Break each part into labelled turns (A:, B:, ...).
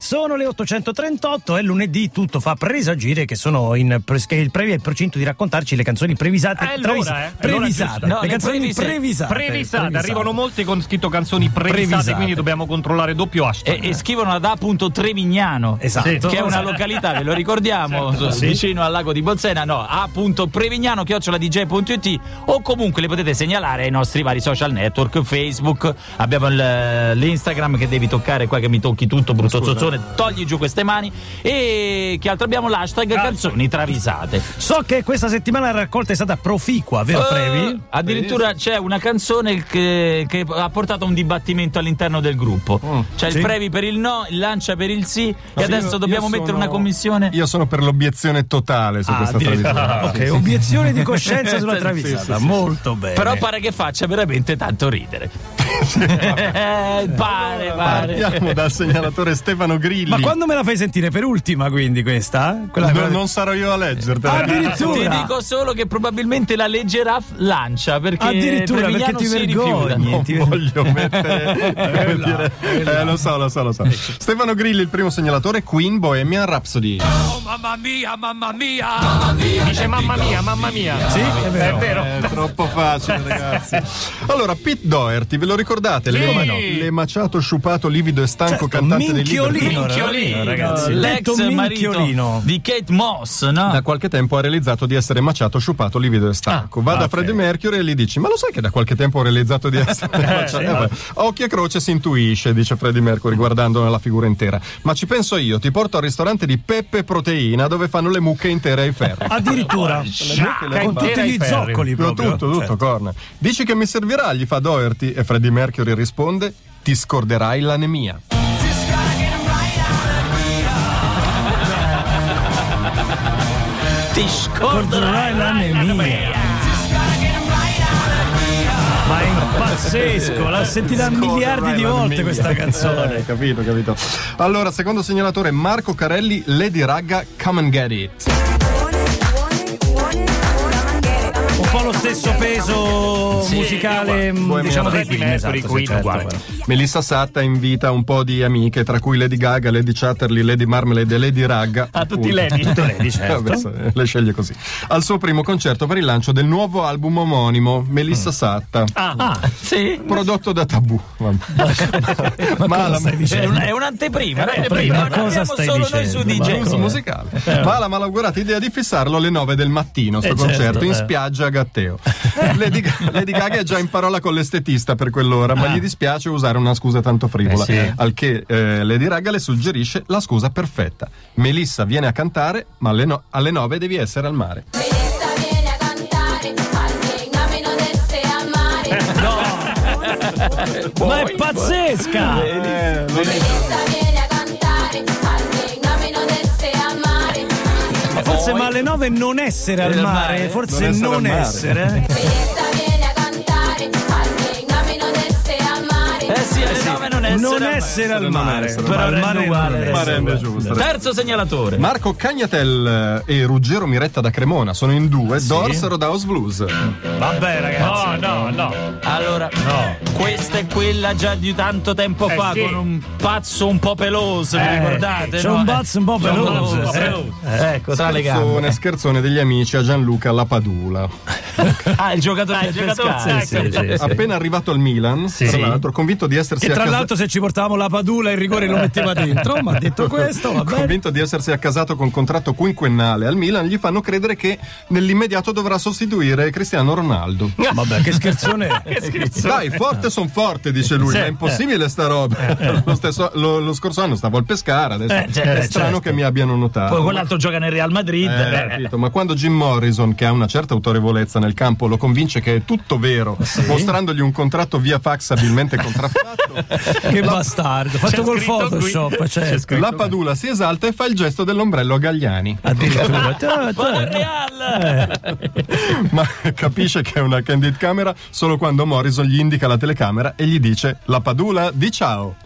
A: Sono le 838, è lunedì, tutto fa presagire che sono in pres- che il previo è in procinto di raccontarci le canzoni previsate.
B: Eh, allora,
A: Travis-
B: eh. Allora,
A: previsate.
B: giusto. No,
A: le
C: le
A: canzoni
C: previse-
A: previsate.
B: Previsate,
A: previsate.
B: arrivano molte con scritto canzoni previsate,
A: Previsate. Eh,
B: quindi dobbiamo controllare doppio hashtag.
C: E, e scrivono ad A.Trevignano.
A: Esatto.
B: Sì,
C: Che è una località, ve lo ricordiamo,
B: Certo.
C: so-
A: Sì.
C: vicino al lago di Bolsena, no, a.prevignano, chioccioladj.it o comunque le potete segnalare ai nostri vari social network, Facebook, abbiamo il- l'Instagram che devi toccare qua che mi tocchi tutto, brutto zozzone, togli giù queste mani e che altro abbiamo l'hashtag canzoni travisate.
A: So che questa settimana la raccolta è stata proficua, vero
C: Eh,
A: Previ?
C: Addirittura c'è una canzone che, che ha portato a un dibattimento all'interno del gruppo. c'è
A: sì.
C: il Previ per il no, il Lancia per il sì. e
D: Sì,
C: adesso
D: Mm. io-
C: dobbiamo
D: io
C: mettere
D: sono-
C: una commissione.
D: Io sono per l'obiezione totale su
A: Ah,
D: questa
A: addirittura.
D: tradizione.
A: ok, obiezione di coscienza sulla
D: Sì,
A: travisata.
D: sì, sì, sì.
A: Molto bene.
C: Però pare che faccia veramente tanto ridere. Eh, pare, pare.
D: Partiamo dal segnalatore Stefano Grilli.
A: Ma quando me la fai sentire per ultima, quindi questa? Quella-
D: Non-
A: quella- Ah,
D: non sarò io a leggertela.
A: Addirittura.
C: Ti dico solo che probabilmente la leggerà f- Lancia perché
A: Addirittura, perché
C: Prevignano
A: ti
C: si
A: vergogni.
C: rifiuta. Oh,
D: non
A: Niente.
D: voglio mettere come dire- eh, lo so lo so lo so
A: Ecco.
D: Stefano Grilli il primo segnalatore Queen Bohemian Rhapsody
B: Dice mamma mia, mamma mia.
A: Sì, è
B: È
A: vero.
B: vero.
D: è Eh, troppo facile ragazzi allora Pete Doherty ve lo ricordate
B: Sì.
D: Come no? le maciato sciupato livido e
A: Certo,
D: stanco cantante dei Liberty
A: minchiolino.
C: Minchiolino,
A: ragazzi.
C: l'ex
A: Detto minchiolino.
C: marito di Kate Moss,
A: Ah.
C: no?
D: da qualche tempo ha realizzato di essere maciato, sciupato, livido e stanco. Va da
A: Ah. ok.
D: Freddie Mercury e gli dice: Ma lo sai che da qualche tempo ho realizzato di essere maciato?
A: sì.
D: Eh, vabbè. Occhio e croce si intuisce, dice Freddie Mercury guardando nella figura intera. Ma ci penso io, ti porto al ristorante di Peppe Proteina dove fanno le mucche intere ai ferri.
A: Addirittura.
B: Sciacca
A: Ah, con
B: intera
A: tutti
B: ai
A: gli
B: ferri.
A: zoccoli
D: Tutto,
A: proprio.
D: tutto, tutto,
A: Certo.
D: corna. Dici che mi servirà? Gli fa Doherty e Freddie Mercury risponde: Ti scorderai l'anemia.
C: Ti scorderai
A: Corderai l'anemia. Ma è pazzesco, l'ha sentita miliardi di volte questa
D: Eh,
A: canzone.
D: capito, capito. Allora, secondo segnalatore Marco Carelli, Lady Ragga, Come and Get It.
A: Un po' lo stesso peso
C: Sì,
A: musicale, mh,
D: Bohemian
A: diciamo, dei
B: Rhapsody.
A: Queen, esatto,
B: Mercury,
A: sì,
B: Queen,
A: certo,
B: uguale.
A: guarda.
D: Melissa Satta invita un po' di amiche, tra cui Lady Gaga, Lady Chatterley, Lady Marmalade e Lady Ragga.
B: A tutti
D: appunto. Eh,
B: lei.
A: Tutte lei, certo.
D: Vabbè, se- le sceglie così. Al suo primo concerto per il lancio del nuovo album omonimo,
A: Mm.
D: Melissa Satta.
B: Ah,
C: Sì.
D: Prodotto da Tabù. Vabbè.
A: Ma,
D: Ma
A: cosa
D: la-
A: stai
C: È,
A: dicendo?
C: un- è
A: un'anteprima,
C: un'anteprima, un'anteprima.
A: cosa
C: Parliamo
A: stai
C: solo
A: dicendo?
C: noi su
A: Ma
C: DJ.
D: Blues
A: Ecco.
D: musicale. Ma la malaugurata idea di fissarlo alle 9 del mattino, sto
A: Eh, certo,
D: concerto, in
A: eh.
D: spiaggia a Gatteo. Lady, Ga- Lady Gaga è già in parola con l'estetista per quell'ora,
A: Ah.
D: ma gli dispiace usare una scusa tanto frivola. Al che eh, Lady Gaga le suggerisce la scusa perfetta. Melissa viene a cantare, ma alle, no- alle 9 devi essere al mare.
E: Melissa viene a cantare, alguien a menos desea amar.
A: Ma è pazzesca!
D: Eh,
E: Melissa viene a cantare, alguien a menos desea amar.
A: Ma forse ma alle 9 non essere al
C: Al
A: mare,
C: mare.
A: forse
D: Non essere
A: non
D: al mare.
A: essere.
E: Melissa viene a cantare, alguien a menos desea amar.
C: Eh sì, alle nove non essere.
A: Non
C: al mare.
A: essere al
D: non
A: mare,
D: essere al
A: però
C: mare.
A: al mare
C: Uguale,
A: non
C: adesso.
D: Ma
A: essere.
D: rende Eh, giusto.
C: Terzo segnalatore.
D: Marco Cagnatel eh, e Ruggero Miretta da Cremona sono in due, dorsero da House Blues.
A: Vabbè,
B: no,
A: ragazzi.
B: no, no.
C: Allora,
B: No.
C: questa è quella già di tanto tempo
B: Eh,
C: fa
B: sì.
C: con un pazzo un po' peloso, vi
B: Eh,
C: ricordate?
A: C'è
C: no?
A: un pazzo un po'
C: C'è un
A: peloso.
C: pazzo un po'
A: eh.
B: peloso.
C: Eh, Ecco, tra le
D: Scherzone,
C: gambe.
D: scherzone degli amici a Gianluca Lapadula.
C: Ah, il giocatore del
B: eh,
C: Pescara.
B: giocatore, sì, sì,
C: Ecco.
D: Sì. appena arrivato al Milan, tra l'altro, convinto di essersi
A: Che tra
D: accasa-
A: l'altro se ci portavamo la padula il rigore lo metteva dentro, ma detto questo va bene.
D: Convinto di essersi accasato con contratto quinquennale al Milan, gli fanno credere che nell'immediato dovrà sostituire Cristiano Ronaldo.
A: Vabbè, che scherzone. è.
D: Dai, forte son forte, dice lui,
A: eh.
D: ma è impossibile sta roba. Lo, stesso- lo- lo scorso anno stavo al Pescara, adesso
C: Eh,
A: cioè,
C: certo,
D: è strano
C: certo.
D: che mi abbiano notato.
C: Poi quell'altro gioca nel Real Madrid.
D: Eh,
C: eh.
D: capito, ma quando Jim Morrison, che ha una certa autorevolezza nel campo, lo convince che è tutto vero, mostrandogli un contratto via fax abilmente contraffatto,
A: Che bastardo. Fatto
B: C'è
A: col
B: scritto qui.
A: Photoshop,
B: C'è
A: certo.
B: scritto.
D: la Padula si esalta e fa il gesto dell'ombrello a Gagliani.
A: Addirittura. Ta-
C: Ma
A: ta-
C: al Real!
D: Ma capisce che è una candid camera solo quando Morrison gli indica la telecamera e gli dice la padula di ciao.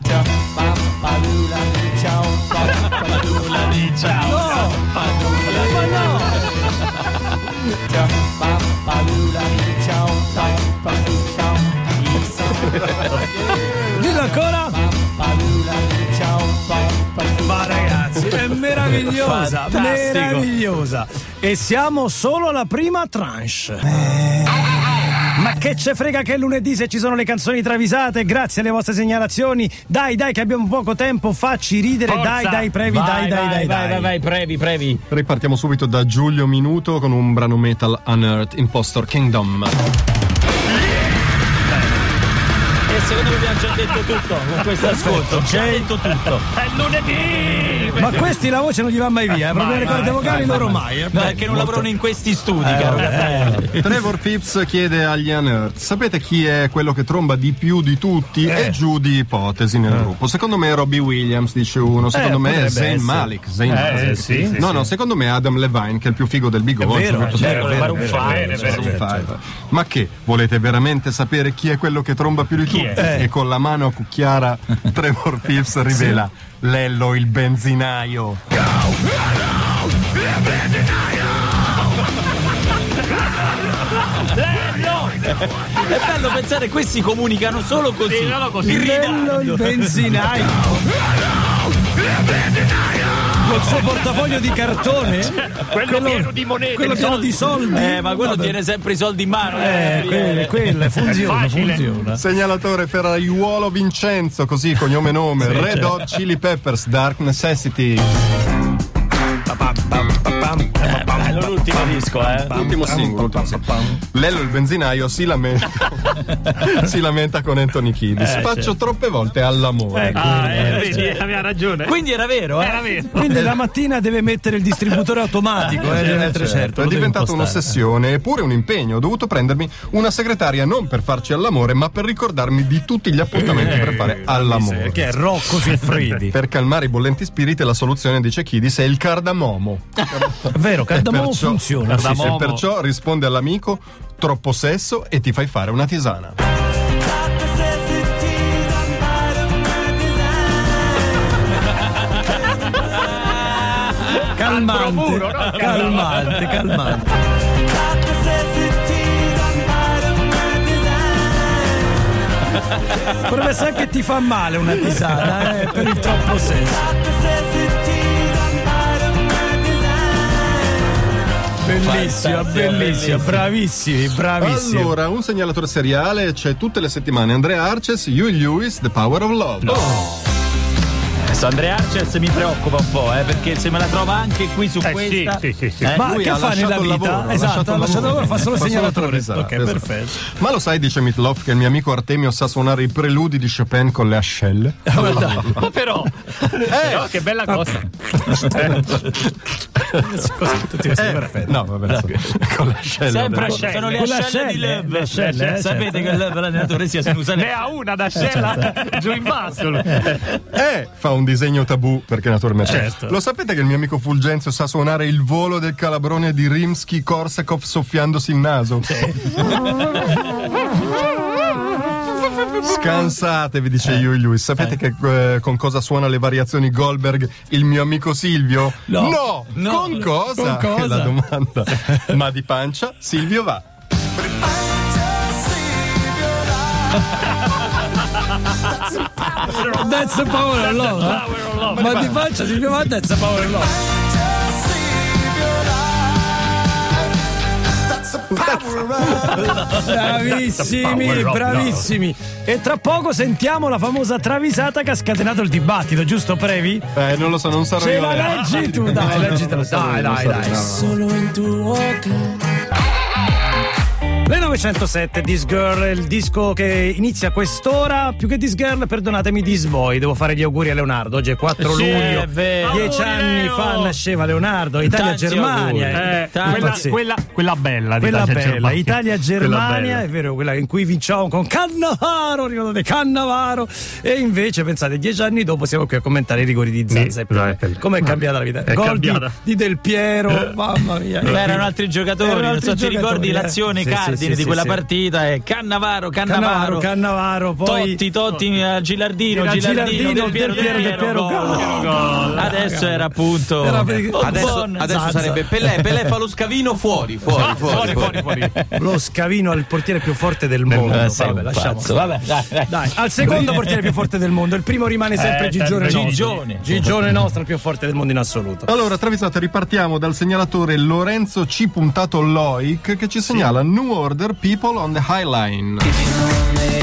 A: Dillo ancora. Ma è meravigliosa,
C: Fantastico.
A: meravigliosa. E siamo solo alla prima tranche. Ma che ce frega che è lunedì se ci sono le canzoni travisate? Grazie alle vostre segnalazioni. Dai, dai, che abbiamo poco tempo. Facci ridere.
B: Forza.
A: Dai, dai, previ. dai, dai,
C: vai,
A: dai.
C: vai, vai,
A: dai.
C: vai, vai, previ, previ.
D: Ripartiamo subito da Giulio Minuto con un brano metal Unearthed Impostor Kingdom.
C: E secondo me abbiamo già detto tutto con questo ascolto. Già detto tutto.
B: È lunedì!
A: Ma questi la voce non gli va mai via. eh, Proprio le corde vocali loro mai. eh.
C: No, è che non lavorano in questi studi, caro. Gabriele.
D: Trevor Phipps chiede agli Unearthed: Sapete chi è quello che tromba di più di tutti?
A: Eh.
D: E giù di ipotesi nel gruppo. Secondo me è Robbie Williams, dice uno. Secondo me
A: Eh, potrebbe
D: è Zayn
A: essere. Eh,
D: Malik. Zayn Malik.
B: sì, sì,
D: no, no, secondo me è Adam Levine, che è il più figo del bigone.
A: È vero,
D: soprattutto
A: è
D: se-
A: vero, è vero, è vero, certo.
B: è vero,
D: Maroon five. Ma che volete veramente sapere chi è quello che tromba più di tutti?
A: è?
D: E con la mano cucchiara Trevor Phipps rivela Lello il benzinaio.
C: È bello pensare che questi comunicano solo così.
B: Sì, solo così.
C: in
A: Bello il
C: ritardo.
A: benzinaio. Col suo portafoglio di cartone.
B: Quello pieno di monete,
A: Quello
B: di
A: pieno
B: soldi.
A: di soldi.
C: Eh, ma quello
A: Vabbè.
C: tiene sempre i soldi in mano.
A: Eh, quelle, quelle, funziona,
B: È facile.
A: funziona.
D: Segnalatore Ferraiuolo Vincenzo, così cognome e nome, Red Hot Chili Peppers, Dark Necessity.
C: Eh, Bello l'ultimo disco, eh.
D: Ultimo singolo. ultimo singolo. Lello il benzinaio si lamenta. si lamenta con Anthony Kiddis. Faccio troppe volte all'amore.
B: Ah, eh, vedi, aveva ragione.
C: Quindi era vero, eh?
B: Era vero.
A: Quindi la mattina deve mettere il distributore automatico, eh,
D: Eh,
A: deve mettere
D: certo,
A: certo,
D: è
A: lo deve
D: diventata
A: impostare.
D: un'ossessione eppure un impegno. Ho dovuto prendermi una segretaria non per farci all'amore, ma per ricordarmi di tutti gli appuntamenti per fare all'amore.
A: Eh, Che è Rocco Siffredi.
D: Per calmare i bollenti spiriti, la soluzione, dice Kidis, è il cardamomo.
A: Eh, È vero, Cardamomo
D: Perciò-
A: funziona.
D: Sì, sì,
B: Cardamomo.
D: e perciò risponde all'amico: troppo sesso e ti fai fare una tisana.
A: Calmante,
B: puro, no?
A: calmante, calmante. Potrebbe essere che ti fa male una tisana, eh, per il troppo senso. Bellissima, bellissima, bravissimi, bravissimi.
D: Allora, un segnalatore seriale c'è tutte le settimane: Andrea Arces, You Lewis, The Power of Love.
C: Adesso Andrea Arces mi preoccupa un po', eh, perché se me la trova anche qui su
B: Eh, sì,
C: questa.
B: sì, sì, sì.
C: Eh,
A: Ma
D: lui
A: che
D: ha
A: fa nella
D: lasciato il
A: vita?
D: lavoro, ha
A: esatto,
D: lasciato
A: ha lasciato
D: il
A: il
D: lavoro.
A: lavoro, fa solo
D: Fa solo
A: segnalatore.
D: travisate,
A: ok,
D: esatto.
A: perfetto.
D: Ma lo sai, dice Mitloff, che il mio amico Artemio sa suonare i preludi di Chopin con le ascelle?
B: Ma però,
A: Eh.
B: però che bella cosa.
A: Così tutti questi,
D: Eh,
A: perfetto.
D: No, vabbè, insomma, con le ascelle.
C: Sempre
D: vabbè.
C: ascelle, sono le
A: Con le
C: ascelle, di
A: ascelle,
C: Lev.
A: le ascelle, eh,
C: Sapete che Lev l'allenatore sia se ne usa
B: Ne ha una
A: certo.
B: d'ascella giù in basso.
D: Eh, fa un disegno tabù perché naturalmente.
A: Certo.
D: Lo sapete che il mio amico Fulgenzio sa suonare il volo del calabrone di Rimsky Korsakov soffiandosi il naso? Scansatevi, dice Yui Yui. Sapete che eh, con cosa suona le variazioni Goldberg il mio amico Silvio?
A: No.
C: No.
D: Con cosa?
A: Con cosa?
D: È la domanda. Ma di pancia Silvio va.
A: That's the power of love. Ma di faccia si chiama That's the power of love. Bravissimi, bravissimi. E tra poco sentiamo la famosa travisata che ha scatenato il dibattito, giusto Previ?
D: Eh, non lo so, non sarò
A: Ce
D: io.
A: la
D: eh.
A: leggi tu, dai, leggitela. Dai, dai, dai. Solo in tuo le 907 This Girl, il disco che inizia quest'ora. Più che This Girl, perdonatemi, This Boy. Devo fare gli auguri a Leonardo. Oggi è 4
C: Sì,
A: luglio.
C: è vero.
A: Dieci
B: Auguri,
A: anni
B: Leo.
A: fa nasceva Leonardo.
C: Tanti auguri.
A: Italia-Germania.
B: Eh,
C: Tanto
B: quella,
A: sì.
B: quella, quella bella. di
A: Quella
B: Dacia
A: bella,
B: Germania. Quella
A: Italia-Germania,
B: bella.
A: è vero, quella in cui vinciamo con Cannavaro, ricordate Cannavaro, e invece pensate, dieci anni dopo siamo qui a commentare i rigori di Zanza e Pelé.
B: Zanza e Pelé.
A: Com'è cambiata la vita?
B: È
A: Gol di,
B: cambiata. Eh.
A: di Del Piero, mamma mia.
C: Beh, erano altri giocatori,
A: Erano
C: non
A: altri
C: so, ti
A: giocatori,
C: ricordi
A: eh.
C: l'azione
A: Sì, sì,
C: cardine
A: sì,
C: di di
A: sì,
C: quella
A: sì.
C: partita è Cannavaro, Cannavaro,
A: Cannavaro, Cannavaro, poi-
C: Totti, Totti, eh, Gilardino,
A: Era
C: Gilardino,
A: Gilardino,
C: Del Piero, Del Piero, gol. Adesso era appunto
A: Era-
C: un
F: Adesso,
C: buon
F: adesso
C: Zazza.
F: sarebbe Pelé, Pelé fa lo scavino fuori, fuori,
B: Ah,
F: fuori,
B: fuori,
F: fuori.
B: fuori, fuori.
A: Lo scavino al portiere più forte del mondo.
C: Eh, sei
A: Vabbè,
C: un
A: lasciamo.
C: pazzo. Vabbè, dai, dai.
A: Dai, al secondo portiere più forte del mondo. Il primo rimane sempre
B: Eh,
A: Gigione
B: sempre
A: nostro.
C: Gigione.
A: Gigione nostro, il più forte del mondo in assoluto.
D: Allora, travisate, ripartiamo dal segnalatore Lorenzo C. Loic che ci segnala New Order People on the High Line.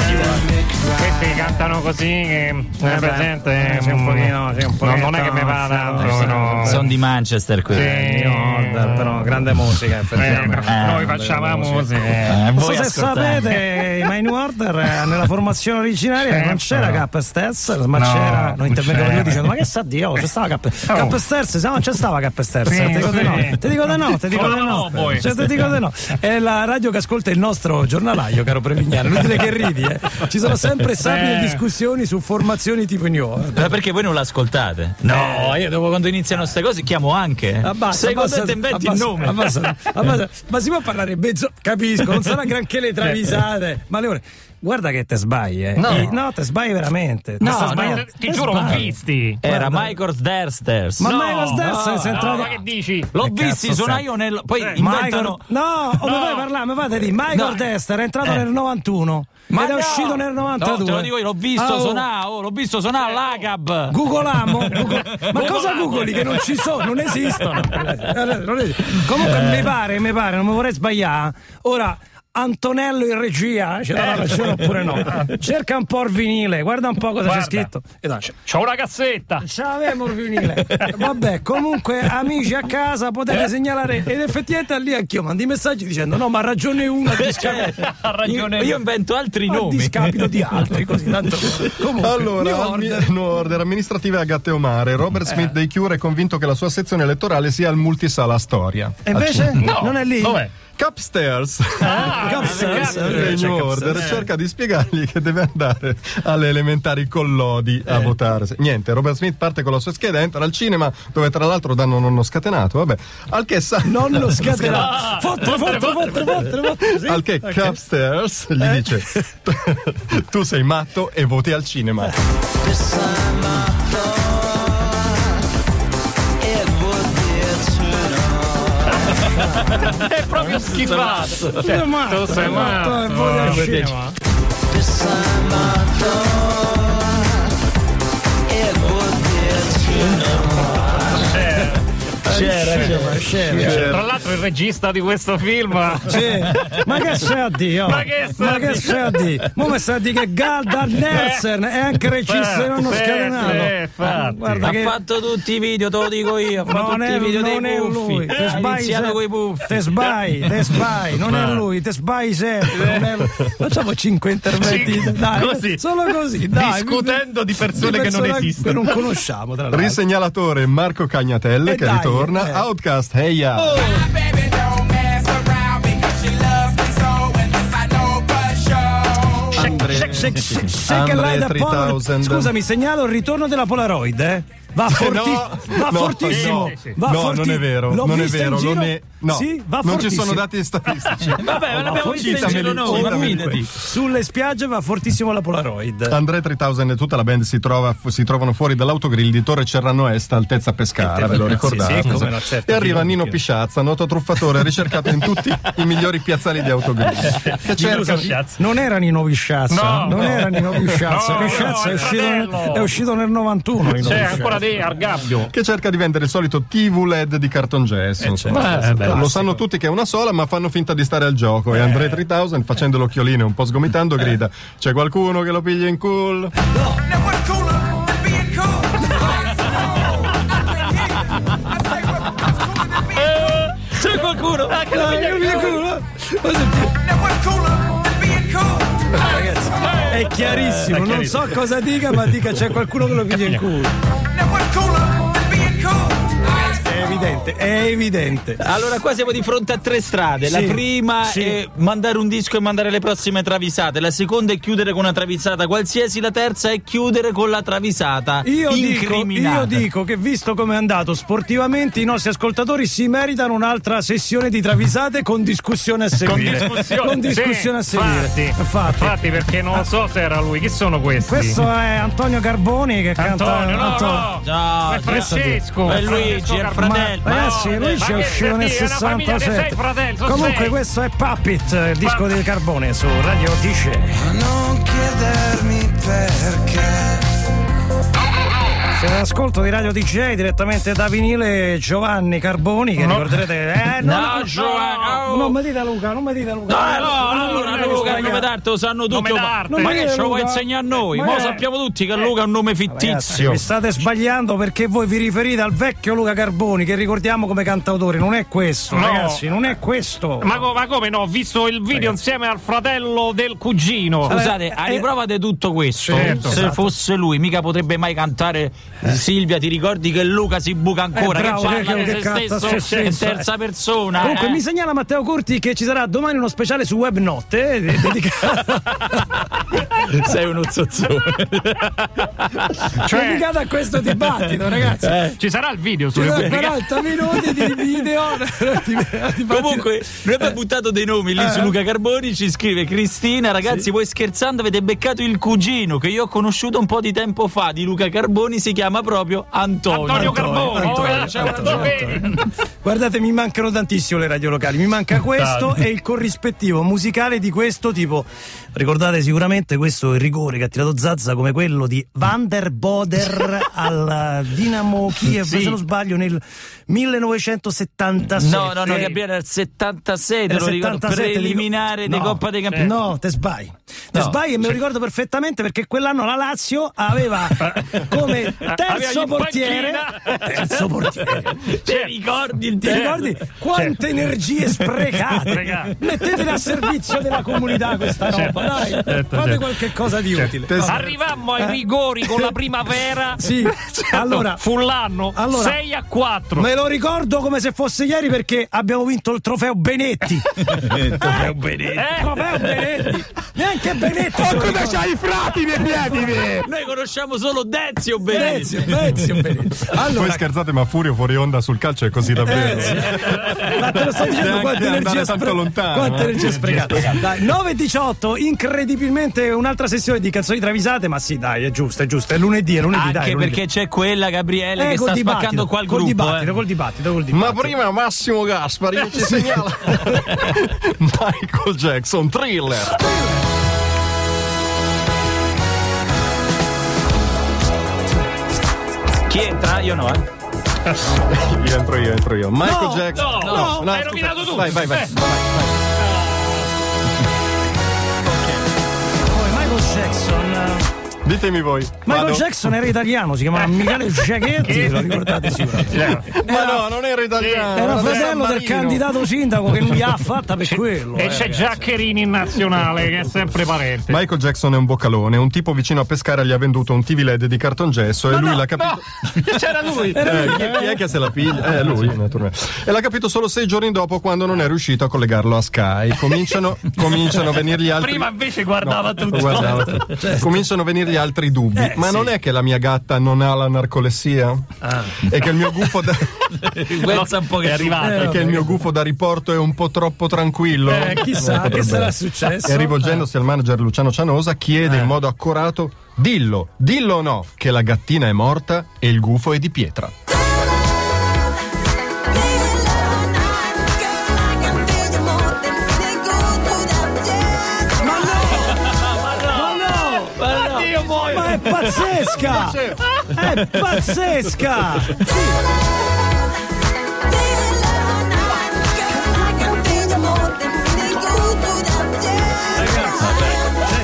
G: Questi cantano così che è presente.
A: sì, un pochino, sì, un
G: no,
A: pochino,
G: non è che mi va
A: sì,
G: tanto.
A: sì,
G: no.
C: Sono di Manchester qui.
G: Sì.
A: New Order, Eh, però grande musica,
G: Eh,
A: effettivamente.
G: noi facciamo musica.
C: Eh,
A: Non so
C: voi
A: se
C: ascoltate.
A: sapete, ma in Order eh, nella formazione originaria non c'era Cap Sters, ma
G: No,
A: c'era. Non
G: non
A: intervengo
G: c'era.
A: io dicendo, ma che sa Dio? C'è stava Cap Cap Sters? se No, c'è stava Cap Sters.
G: Sì,
A: Ti dico di no,
G: sì.
A: ti dico di no, ti dico
B: Solo
A: di no.
B: no, poi.
A: Cioè, ti dico di no. È la radio che ascolta il nostro giornalaio, caro Prevignano. Inutile che ridi, eh. Ci sono sempre sapie
G: Eh.
A: discussioni su formazioni tipo New Order.
C: Ma perché voi non l'ascoltate? No, io dopo quando iniziano queste cose chiamo anche.
A: Eh. Abbassa,
C: Secondo
A: abbassa,
C: te inventi il
A: abbassa,
C: nome?
A: abbassa, abbassa. Ma si può parlare mezzo? Capisco, non sarà granché le travisate. Ma Leone, guarda che te sbagli, eh.
C: No.
A: Eh, no, te sbagli veramente. Te
C: No,
A: sta
C: no,
A: sbagliando.
G: Ti
A: Te
G: giuro, non
A: sbagli.
G: visti.
B: Eh,
C: Era
A: Guarda.
C: Michael Dersters.
A: Ma
C: No,
A: mai lo stesso
C: no,
A: si è
G: No,
A: entrato.
G: ma che dici?
C: L'ho
A: Che
C: visti,
A: cazzo
C: sono
A: sei? Eh,
C: io nel. Poi
A: Michael,
C: inventano.
A: no, come fai a parlare? Mi fate dire Michael
C: No.
A: Dester è entrato
C: Eh.
A: nel 91
C: Ma
A: ed è
C: no!
A: uscito nel 92.
C: No, te lo dico io, l'ho visto,
A: Ah, oh. Eh.
C: sonavo, l'ho visto, sonavo l'Agab.
A: Googolamo? Google- Ma cosa googoli che non ci sono? Non esistono. Eh, non Eh. esistono. Comunque mi pare, mi pare, non mi vorrei sbagliare. Ora. Antonello in regia, ce l'ha la ragione oppure no? Cerca un po' il vinile, guarda un po' cosa
G: Guarda.
A: c'è scritto. E dai.
G: C'ho una cassetta.
A: Ce l'avevamo il vinile. Vabbè, comunque, amici a casa, potete segnalare. Ed effettivamente lì anch'io mandi messaggi dicendo: no, ma ha ragione uno a
C: Cioè,
A: discapito,
B: Ha ragione.
C: io, io invento altri
A: a
C: nomi.
A: discapito di altri. Così tanto. Comunque,
D: Allora,
A: New
D: New
A: Order. Eh.
D: Order, amministrativa a Gatteomare. Robert Smith dei Cure è convinto che la sua sezione elettorale sia al multisala Storia.
A: E invece non è lì.
B: Dov'è?
D: Capstairs,
A: Capstairs, eh,
D: del
A: c'è
D: New Order,
A: Capstairs.
D: cerca di spiegargli che deve andare alle elementari collodi
A: Eh.
D: a votare. Niente, Robert Smith parte con la sua scheda, entra al cinema, dove tra l'altro danno nonno scatenato, vabbè. Al che sa...
A: Non lo scaterà. Fottere, fottere, fottere, fottere, fottere, sì. Eh?
D: Al che Capstairs gli dice: Tu sei matto e voti al cinema.
A: Eh,
B: È proprio schifato.
A: Sei matto,
B: tu sei
A: sei matto,
G: eh,
B: matto.
A: e vuoi al
B: Vuoi dire- cioè,
A: cinema.
C: C'era, c'era.
A: certo.
G: Tra l'altro, il regista di questo film.
A: Sì. Ma che c'è a Dio?
G: Ma che c'è a
A: Ma che
G: dì?
A: c'è a Dio? Mo mi sta a dire che Galdar Nelson è anche regista e non uno
G: sì, sì,
A: scatenato. Eh,
G: infatti.
A: Guarda
C: Ha
A: che
C: fatto tutti i video, te lo dico io. Ha fatto
A: non
C: tutti
A: è,
C: i video
A: non
C: dei
A: è
C: buffi.
A: lui, te
C: Ha
A: sbagli,
C: iniziato
A: se-
C: coi buffi.
A: te sbagli, te sbagli, non è lui, te sbagli sempre, non è lui. facciamo 5 interventi,
B: Cinque-
A: dai,
B: così.
A: solo così, dai,
B: Discutendo di
A: Di
B: persone, che non
A: persone che
B: esistono.
A: non conosciamo, tra l'altro.
D: Risegnalatore Marco Cagnatelle
A: E
D: che
A: dai,
D: ritorna.
A: eh. Oh,
D: Outcast, hey ya.
H: My baby don't mess around because she loves me so, and this I know for sure.
D: Andre-
A: Shake, shake, shake, shake
D: Andre
A: and light up on-
D: 3000.
A: Scusami, segnalo il ritorno della Polaroid, eh. Va, forti- va
D: no,
A: fortissimo.
D: no,
A: va
D: no,
A: forti-
D: non è vero,
A: L'ho
D: non è
A: visto in
D: vero,
A: giro-
D: non è no,
A: Sì, va
D: non ci
A: fortissimo.
D: sono dati statistici.
C: Vabbè, ma l'abbiamo visto in
D: citameli,
C: giro noi, ma
D: citameli.
C: fidati.
A: Sulle spiagge va fortissimo la Polaroid.
D: Andrea 3000 e tutta la band si, trova- si trovano fuori dall'autogrill di Torre Cerrano Est, altezza Pescara, ve lo
A: Sì,
D: ricordate?
A: sì, come no, certo,
D: e arriva
A: chi
D: Nino
A: non-
D: Pisciazza, noto truffatore ricercato in tutti i migliori piazzali di autogrill. Che cerca di-
A: Non era Nino Visciazza,
G: No,
A: non
G: no.
A: era Nino Visciazza.
G: No, no,
A: Visciazza è,
G: il
A: uscito nel,
G: fratello.
A: è uscito nel 91. Nino
G: C'è
D: Certo.
A: Visciazza.
G: ancora dei Argabbio.
D: che cerca di vendere il solito TV LED di cartongesso. insomma.
B: certo.
D: Eh, beh, lo sanno tutti che è una sola, ma fanno finta di stare al gioco.
G: Eh.
D: E Andrea 3000, facendo l'occhiolino e un po' sgomitando, grida: C'è qualcuno che lo piglia in culo?
H: Now what's cooler than being cool? Ice cold. I can hear you. I say what's- what's cooler than being cool?
C: C'è qualcuno?
A: Ah, Nino Visciazza.
H: Now what's cooler than being cool? Ice cold.
A: È chiarissimo, non so cosa dica, ma dica c'è qualcuno che lo piglia in culo.
H: Now what's cooler than being cool? Ice cold.
A: evidente, è evidente.
C: Allora, qua siamo di fronte a tre strade.
A: Sì,
C: la prima
A: sì.
C: è mandare un disco e mandare le prossime travisate. La seconda è chiudere con una travisata qualsiasi. La terza è chiudere con la travisata
A: Io dico,
C: incriminata.
A: io dico che visto come è andato sportivamente, i nostri ascoltatori si meritano un'altra sessione di travisate con discussione a seguire.
G: discussione.
A: Con discussione
G: Sì,
A: a seguire.
G: infatti.
A: Infatti.
G: Infatti, perché non so se era lui. Chi sono questi?
A: Questo è Antonio Garboni che canta.
G: Antonio, no, no.
C: Ciao,
G: è Francesco.
C: È Luigi, è il
G: Francesco Eh,
A: Ma,
C: fratello.
A: ragazzi, lui
G: ma
A: ci è
G: che-
A: uscito nel
G: sì, è una famiglia di
A: 67.
G: sei fratelli, sono
A: Comunque,
G: sei.
A: questo è Puppet, il disco
G: Puppet.
A: del carbone su Radio Dice.
H: Ma non chiedermi perché.
A: Siete all'ascolto di Radio DJ direttamente da vinile Giovanni Carboni. Che ricorderete, eh,
C: No, Giovanni, oh.
A: non mi dite Luca, non mi dite Luca.
C: No, no, no,
A: non
C: allora,
A: mi
C: Luca, il
A: sbagliate.
C: nome d'arte lo sanno
G: Nome
C: tutti. ma-
G: d'arte.
C: Ma che
A: Nome
C: ce lo vuoi
A: d'arte.
C: insegnare a noi?
A: Ma
C: Mo
A: è-
C: sappiamo tutti che Luca è un nome
A: Ragazzi,
C: fittizio.
A: vi state sbagliando perché voi vi riferite al vecchio Luca Carboni che ricordiamo come cantautore, non è questo,
G: No.
A: ragazzi, non è questo.
G: Ma, co- ma come no? Ho visto il video insieme al fratello del cugino.
C: Scusate,
A: eh,
C: a riprova di tutto questo,
A: Certo,
C: se
A: esatto.
C: fosse lui, mica potrebbe mai cantare Silvia. Ti ricordi che Luca si buca ancora?
A: Eh, bravo,
C: che
A: che-
C: parla di
A: che
C: se
A: canta
C: stesso,
A: se
C: in
A: stesso,
C: terza persona.
A: Comunque
C: eh.
A: mi segnala Matteo Curti che ci sarà domani uno speciale su Web Notte eh, de- dedicato,
C: Sei uno zozzone.
G: Cioè, Eh.
A: dedicato a questo dibattito, ragazzi.
G: ci sarà il video
A: Ci
G: sulle
A: sono
G: pubbliche.
A: 40 minuti di video. di- di-
C: Comunque, noi
A: eh.
C: abbiamo buttato dei nomi lì su Luca Carboni. Ci scrive Cristina, ragazzi, voi scherzando avete beccato il cugino che io ho conosciuto un po' di tempo fa di Luca Carboni. Si chiama proprio Antonio.
G: Antonio
A: Antonio,
G: Carbone.
A: Antonio,
G: oh, eh, c'è
A: Antonio,
G: una- vedi?
A: eh. Guardate, mi mancano tantissimo le radio locali. Mi manca questo e il corrispettivo musicale di questo tipo. Ricordate sicuramente questo il rigore che ha tirato Zazza come quello di Van der Boder al Dinamo Kiev, se non sbaglio, nel 1976.
C: No, no, no, Gabriele nel 76, te
A: Era
C: lo ricordo,
A: 77, dico-
C: preliminare di
A: no,
C: Coppa dei Campioni.
A: No, te sbagli. Te
C: No,
A: sbagli e me lo ricordo perfettamente perché quell'anno la Lazio aveva come
G: Aveva
A: terzo
G: in
A: portiere. Terzo portiere.
C: Ti ricordi il
A: Ti ricordi
C: Certo.
A: quante energie sprecate?
G: Sprecate.
A: Mettetele a servizio della comunità questa
C: Certo.
A: roba, dai. Fate qualche cosa di utile. Ah,
D: Te-
A: Vabbè.
G: Arrivammo ai rigori con la primavera.
A: eh.
G: Certo,
A: Sì, allora,
G: Fu l'anno
A: Allora.
G: 6 a 4.
A: me lo ricordo come se fosse ieri perché abbiamo vinto il trofeo Benetti.
G: Eh,
C: Trofeo Benetti.
A: Il trofeo Benetti. Neanche Benetti. se lo ricorda.
I: i frati nei piedi? me?
C: Noi conosciamo solo Dezio Benetti.
A: Benezio, Benezio, Benezio.
D: Voi
A: Allora,
D: scherzate, ma Furio fuori onda sul calcio è
G: Eh,
D: così davvero.
A: ma te lo sto dicendo
D: Neanche
A: quante
D: andare
A: energia
D: tanto
A: spre-
D: lontano,
A: quante
D: eh.
A: energia sprecata. Dai, 9.18, incredibilmente un'altra sessione di canzoni travisate, ma sì, dai, è giusto, è giusto, è lunedì, è lunedì,
C: Anche
A: dai. è lunedì.
C: perché c'è quella, Gabriele,
A: Eh,
C: che
A: col
C: sta
A: dibattito,
C: spaccando qua il
A: col
C: gruppo.
A: dibattito,
C: eh.
A: col dibattito, col
D: Ma
A: dibattito.
D: prima Massimo Gaspari
G: Eh,
D: che ci segnala Michael Jackson, thriller.
C: Chi entra? Io no, eh.
D: Io entro io, entro io. Michael
A: No,
D: Jackson.
G: no, no, hai rovinato
D: scusa.
G: tu.
D: Vai, vai, vai.
G: Eh.
D: vai, vai.
A: Poi Michael Jackson. eh,
D: Ditemi voi.
A: Michael
D: Vado? Eh.
A: Jackson era italiano, si chiamava Michele Giachetti, lo ricordate sicuramente.
D: Ma Eh, no, non era italiano.
A: Era
D: del San
A: fratello del
D: Marino.
A: candidato sindaco che non gli ha fatta per quello.
G: E
A: eh,
G: c'è
A: ragazzi.
G: Giaccherini in nazionale, che è sempre parente.
D: Michael Jackson è un boccalone, un tipo vicino a Pescara gli ha venduto un TV LED di cartongesso e lui l'ha capito.
G: C'era lui.
D: Eh, chi, chi è che se la piglia? Eh, lui, naturalmente. E l'ha capito solo sei giorni dopo quando non è riuscito a collegarlo a Sky. Cominciano, cominciano a venirgli altri.
G: Prima invece guardava
D: No,
G: tutto. Certo. Eh,
D: guardava tutto. Cominciano a venirgli altri dubbi. Ma non è che la mia gatta non ha la narcolessia?
G: Ah.
D: E che il mio gufo da,
C: Pensa un po' che
G: è arrivato.
D: e che il mio gufo da riporto è un po' troppo tranquillo?
A: Eh, chissà che sarà successo.
D: Ah, E rivolgendosi al manager Luciano Cianosa chiede in modo accurato: Dillo, dillo o no, che la gattina è morta e il gufo è di pietra.
E: Ma
A: Ma no!
G: Addio, muoio.
A: Ma è pazzesca! È pazzesca!
E: no!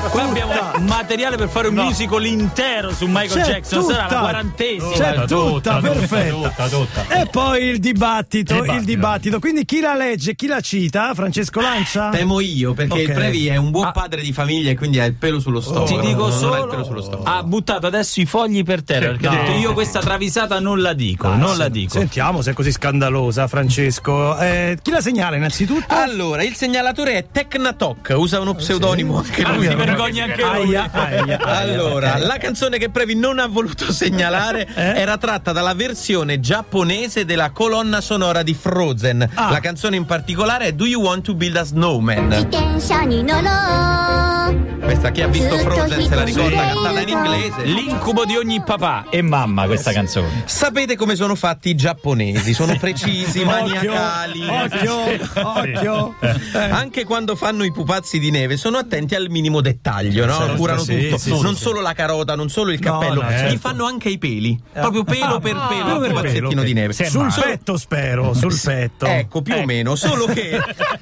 C: Qua abbiamo materiale per fare un musical intero su Michael
A: C'è
C: Jackson. Sarà la
A: tutta-
C: quarantesima.
A: C'è tutta,
G: tutta,
A: perfetta.
G: tutta, tutta.
A: E poi il dibattito, il
G: Dibattito.
A: dibattito. Quindi chi la legge, chi la cita? Francesco Lancia?
D: Temo io, perché
A: Ok.
D: il Previ è un buon
C: Ah.
D: padre di famiglia e quindi ha il pelo sullo stomaco.
C: Ti dico
D: Non ha
C: solo,
D: il pelo sullo stomaco.
C: ha buttato adesso i fogli per terra perché ha
G: no.
C: detto io questa travisata non la dico,
A: Ah,
C: non
A: se-
C: la dico.
A: Sentiamo se è così scandalosa, Francesco. Eh, chi la segnala innanzitutto?
D: Ah. Allora, il segnalatore è Tecnatoc, usa uno pseudonimo anche
C: Ah,
D: lui.
C: si vergogna anche lui.
A: Aia, aia, aia.
D: Allora, la canzone che Previ non ha voluto segnalare era tratta dalla versione giapponese della colonna sonora di Frozen.
A: Ah.
D: La canzone in particolare è Do You Want to Build a Snowman?
E: 転車に乗ろう
D: Questa chi ha visto Frozen se la ricorda cantata in inglese.
C: L'incubo di ogni papà e mamma questa canzone.
D: Sapete come sono fatti i giapponesi? Sono precisi, maniacali.
A: Occhio, occhio.
D: Anche quando fanno i pupazzi di neve sono attenti al minimo dettaglio, no?
A: Certo,
D: Curano
A: sì,
D: tutto,
A: sì,
D: non
A: sì,
D: solo la carota, non solo il
A: No,
D: cappello,
A: no,
D: gli
A: certo. Eh. Ah,
D: fanno anche i peli, proprio pelo per pelo,
A: Pelo
D: al
A: per
D: pupazzettino
A: pelo, ok.
D: di neve.
A: Sul petto, spero, sul petto.
D: Ecco, più o meno, solo che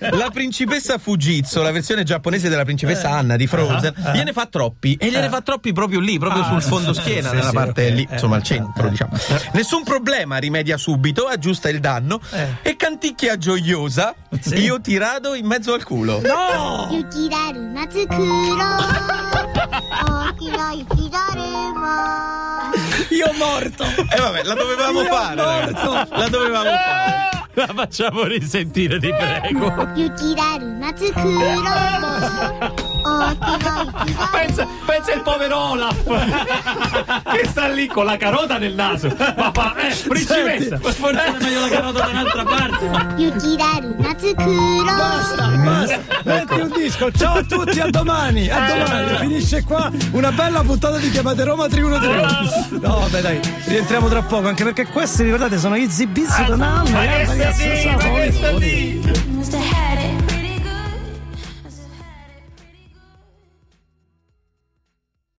D: la principessa Fujitsu, la versione giapponese della principessa Anna di Frozen, gliene fa troppi Eh. Ah, e gliene fa troppi proprio lì, proprio sul fondo schiena,
A: sì,
D: nella
A: sì,
D: parte
A: ok,
D: lì,
A: eh,
D: insomma al centro, diciamo. Nessun problema, rimedia subito, aggiusta il danno e canticchia gioiosa, io ti rado in mezzo al culo.
E: 雪だるま作ろう大きな雪だるま
A: Io morto.
D: E Eh, vabbè, la dovevamo
A: Io
D: fare.
A: morto.
D: ragazzi. La dovevamo fare.
C: La facciamo risentire, ti prego.
E: 雪だるま作ろう大きな雪だるま
G: Pensa, pensa il povero Olaf che sta lì con la carota nel naso. Papà, eh, principessa.
C: Forse è meglio la carota da un'altra parte.
E: 雪だるま作ろう
A: Basta, basta. Eh. Metti un disco. Ciao a tutti, a domani. A domani. Finisce qua una bella puntata di chiamate Roma 3131. No, vabbè, dai. Ah, Rientriamo tra poco, anche perché questi, ricordate, sono Izzy Bizzi Donanno.
G: Ma che sta sì, ma che sta sì.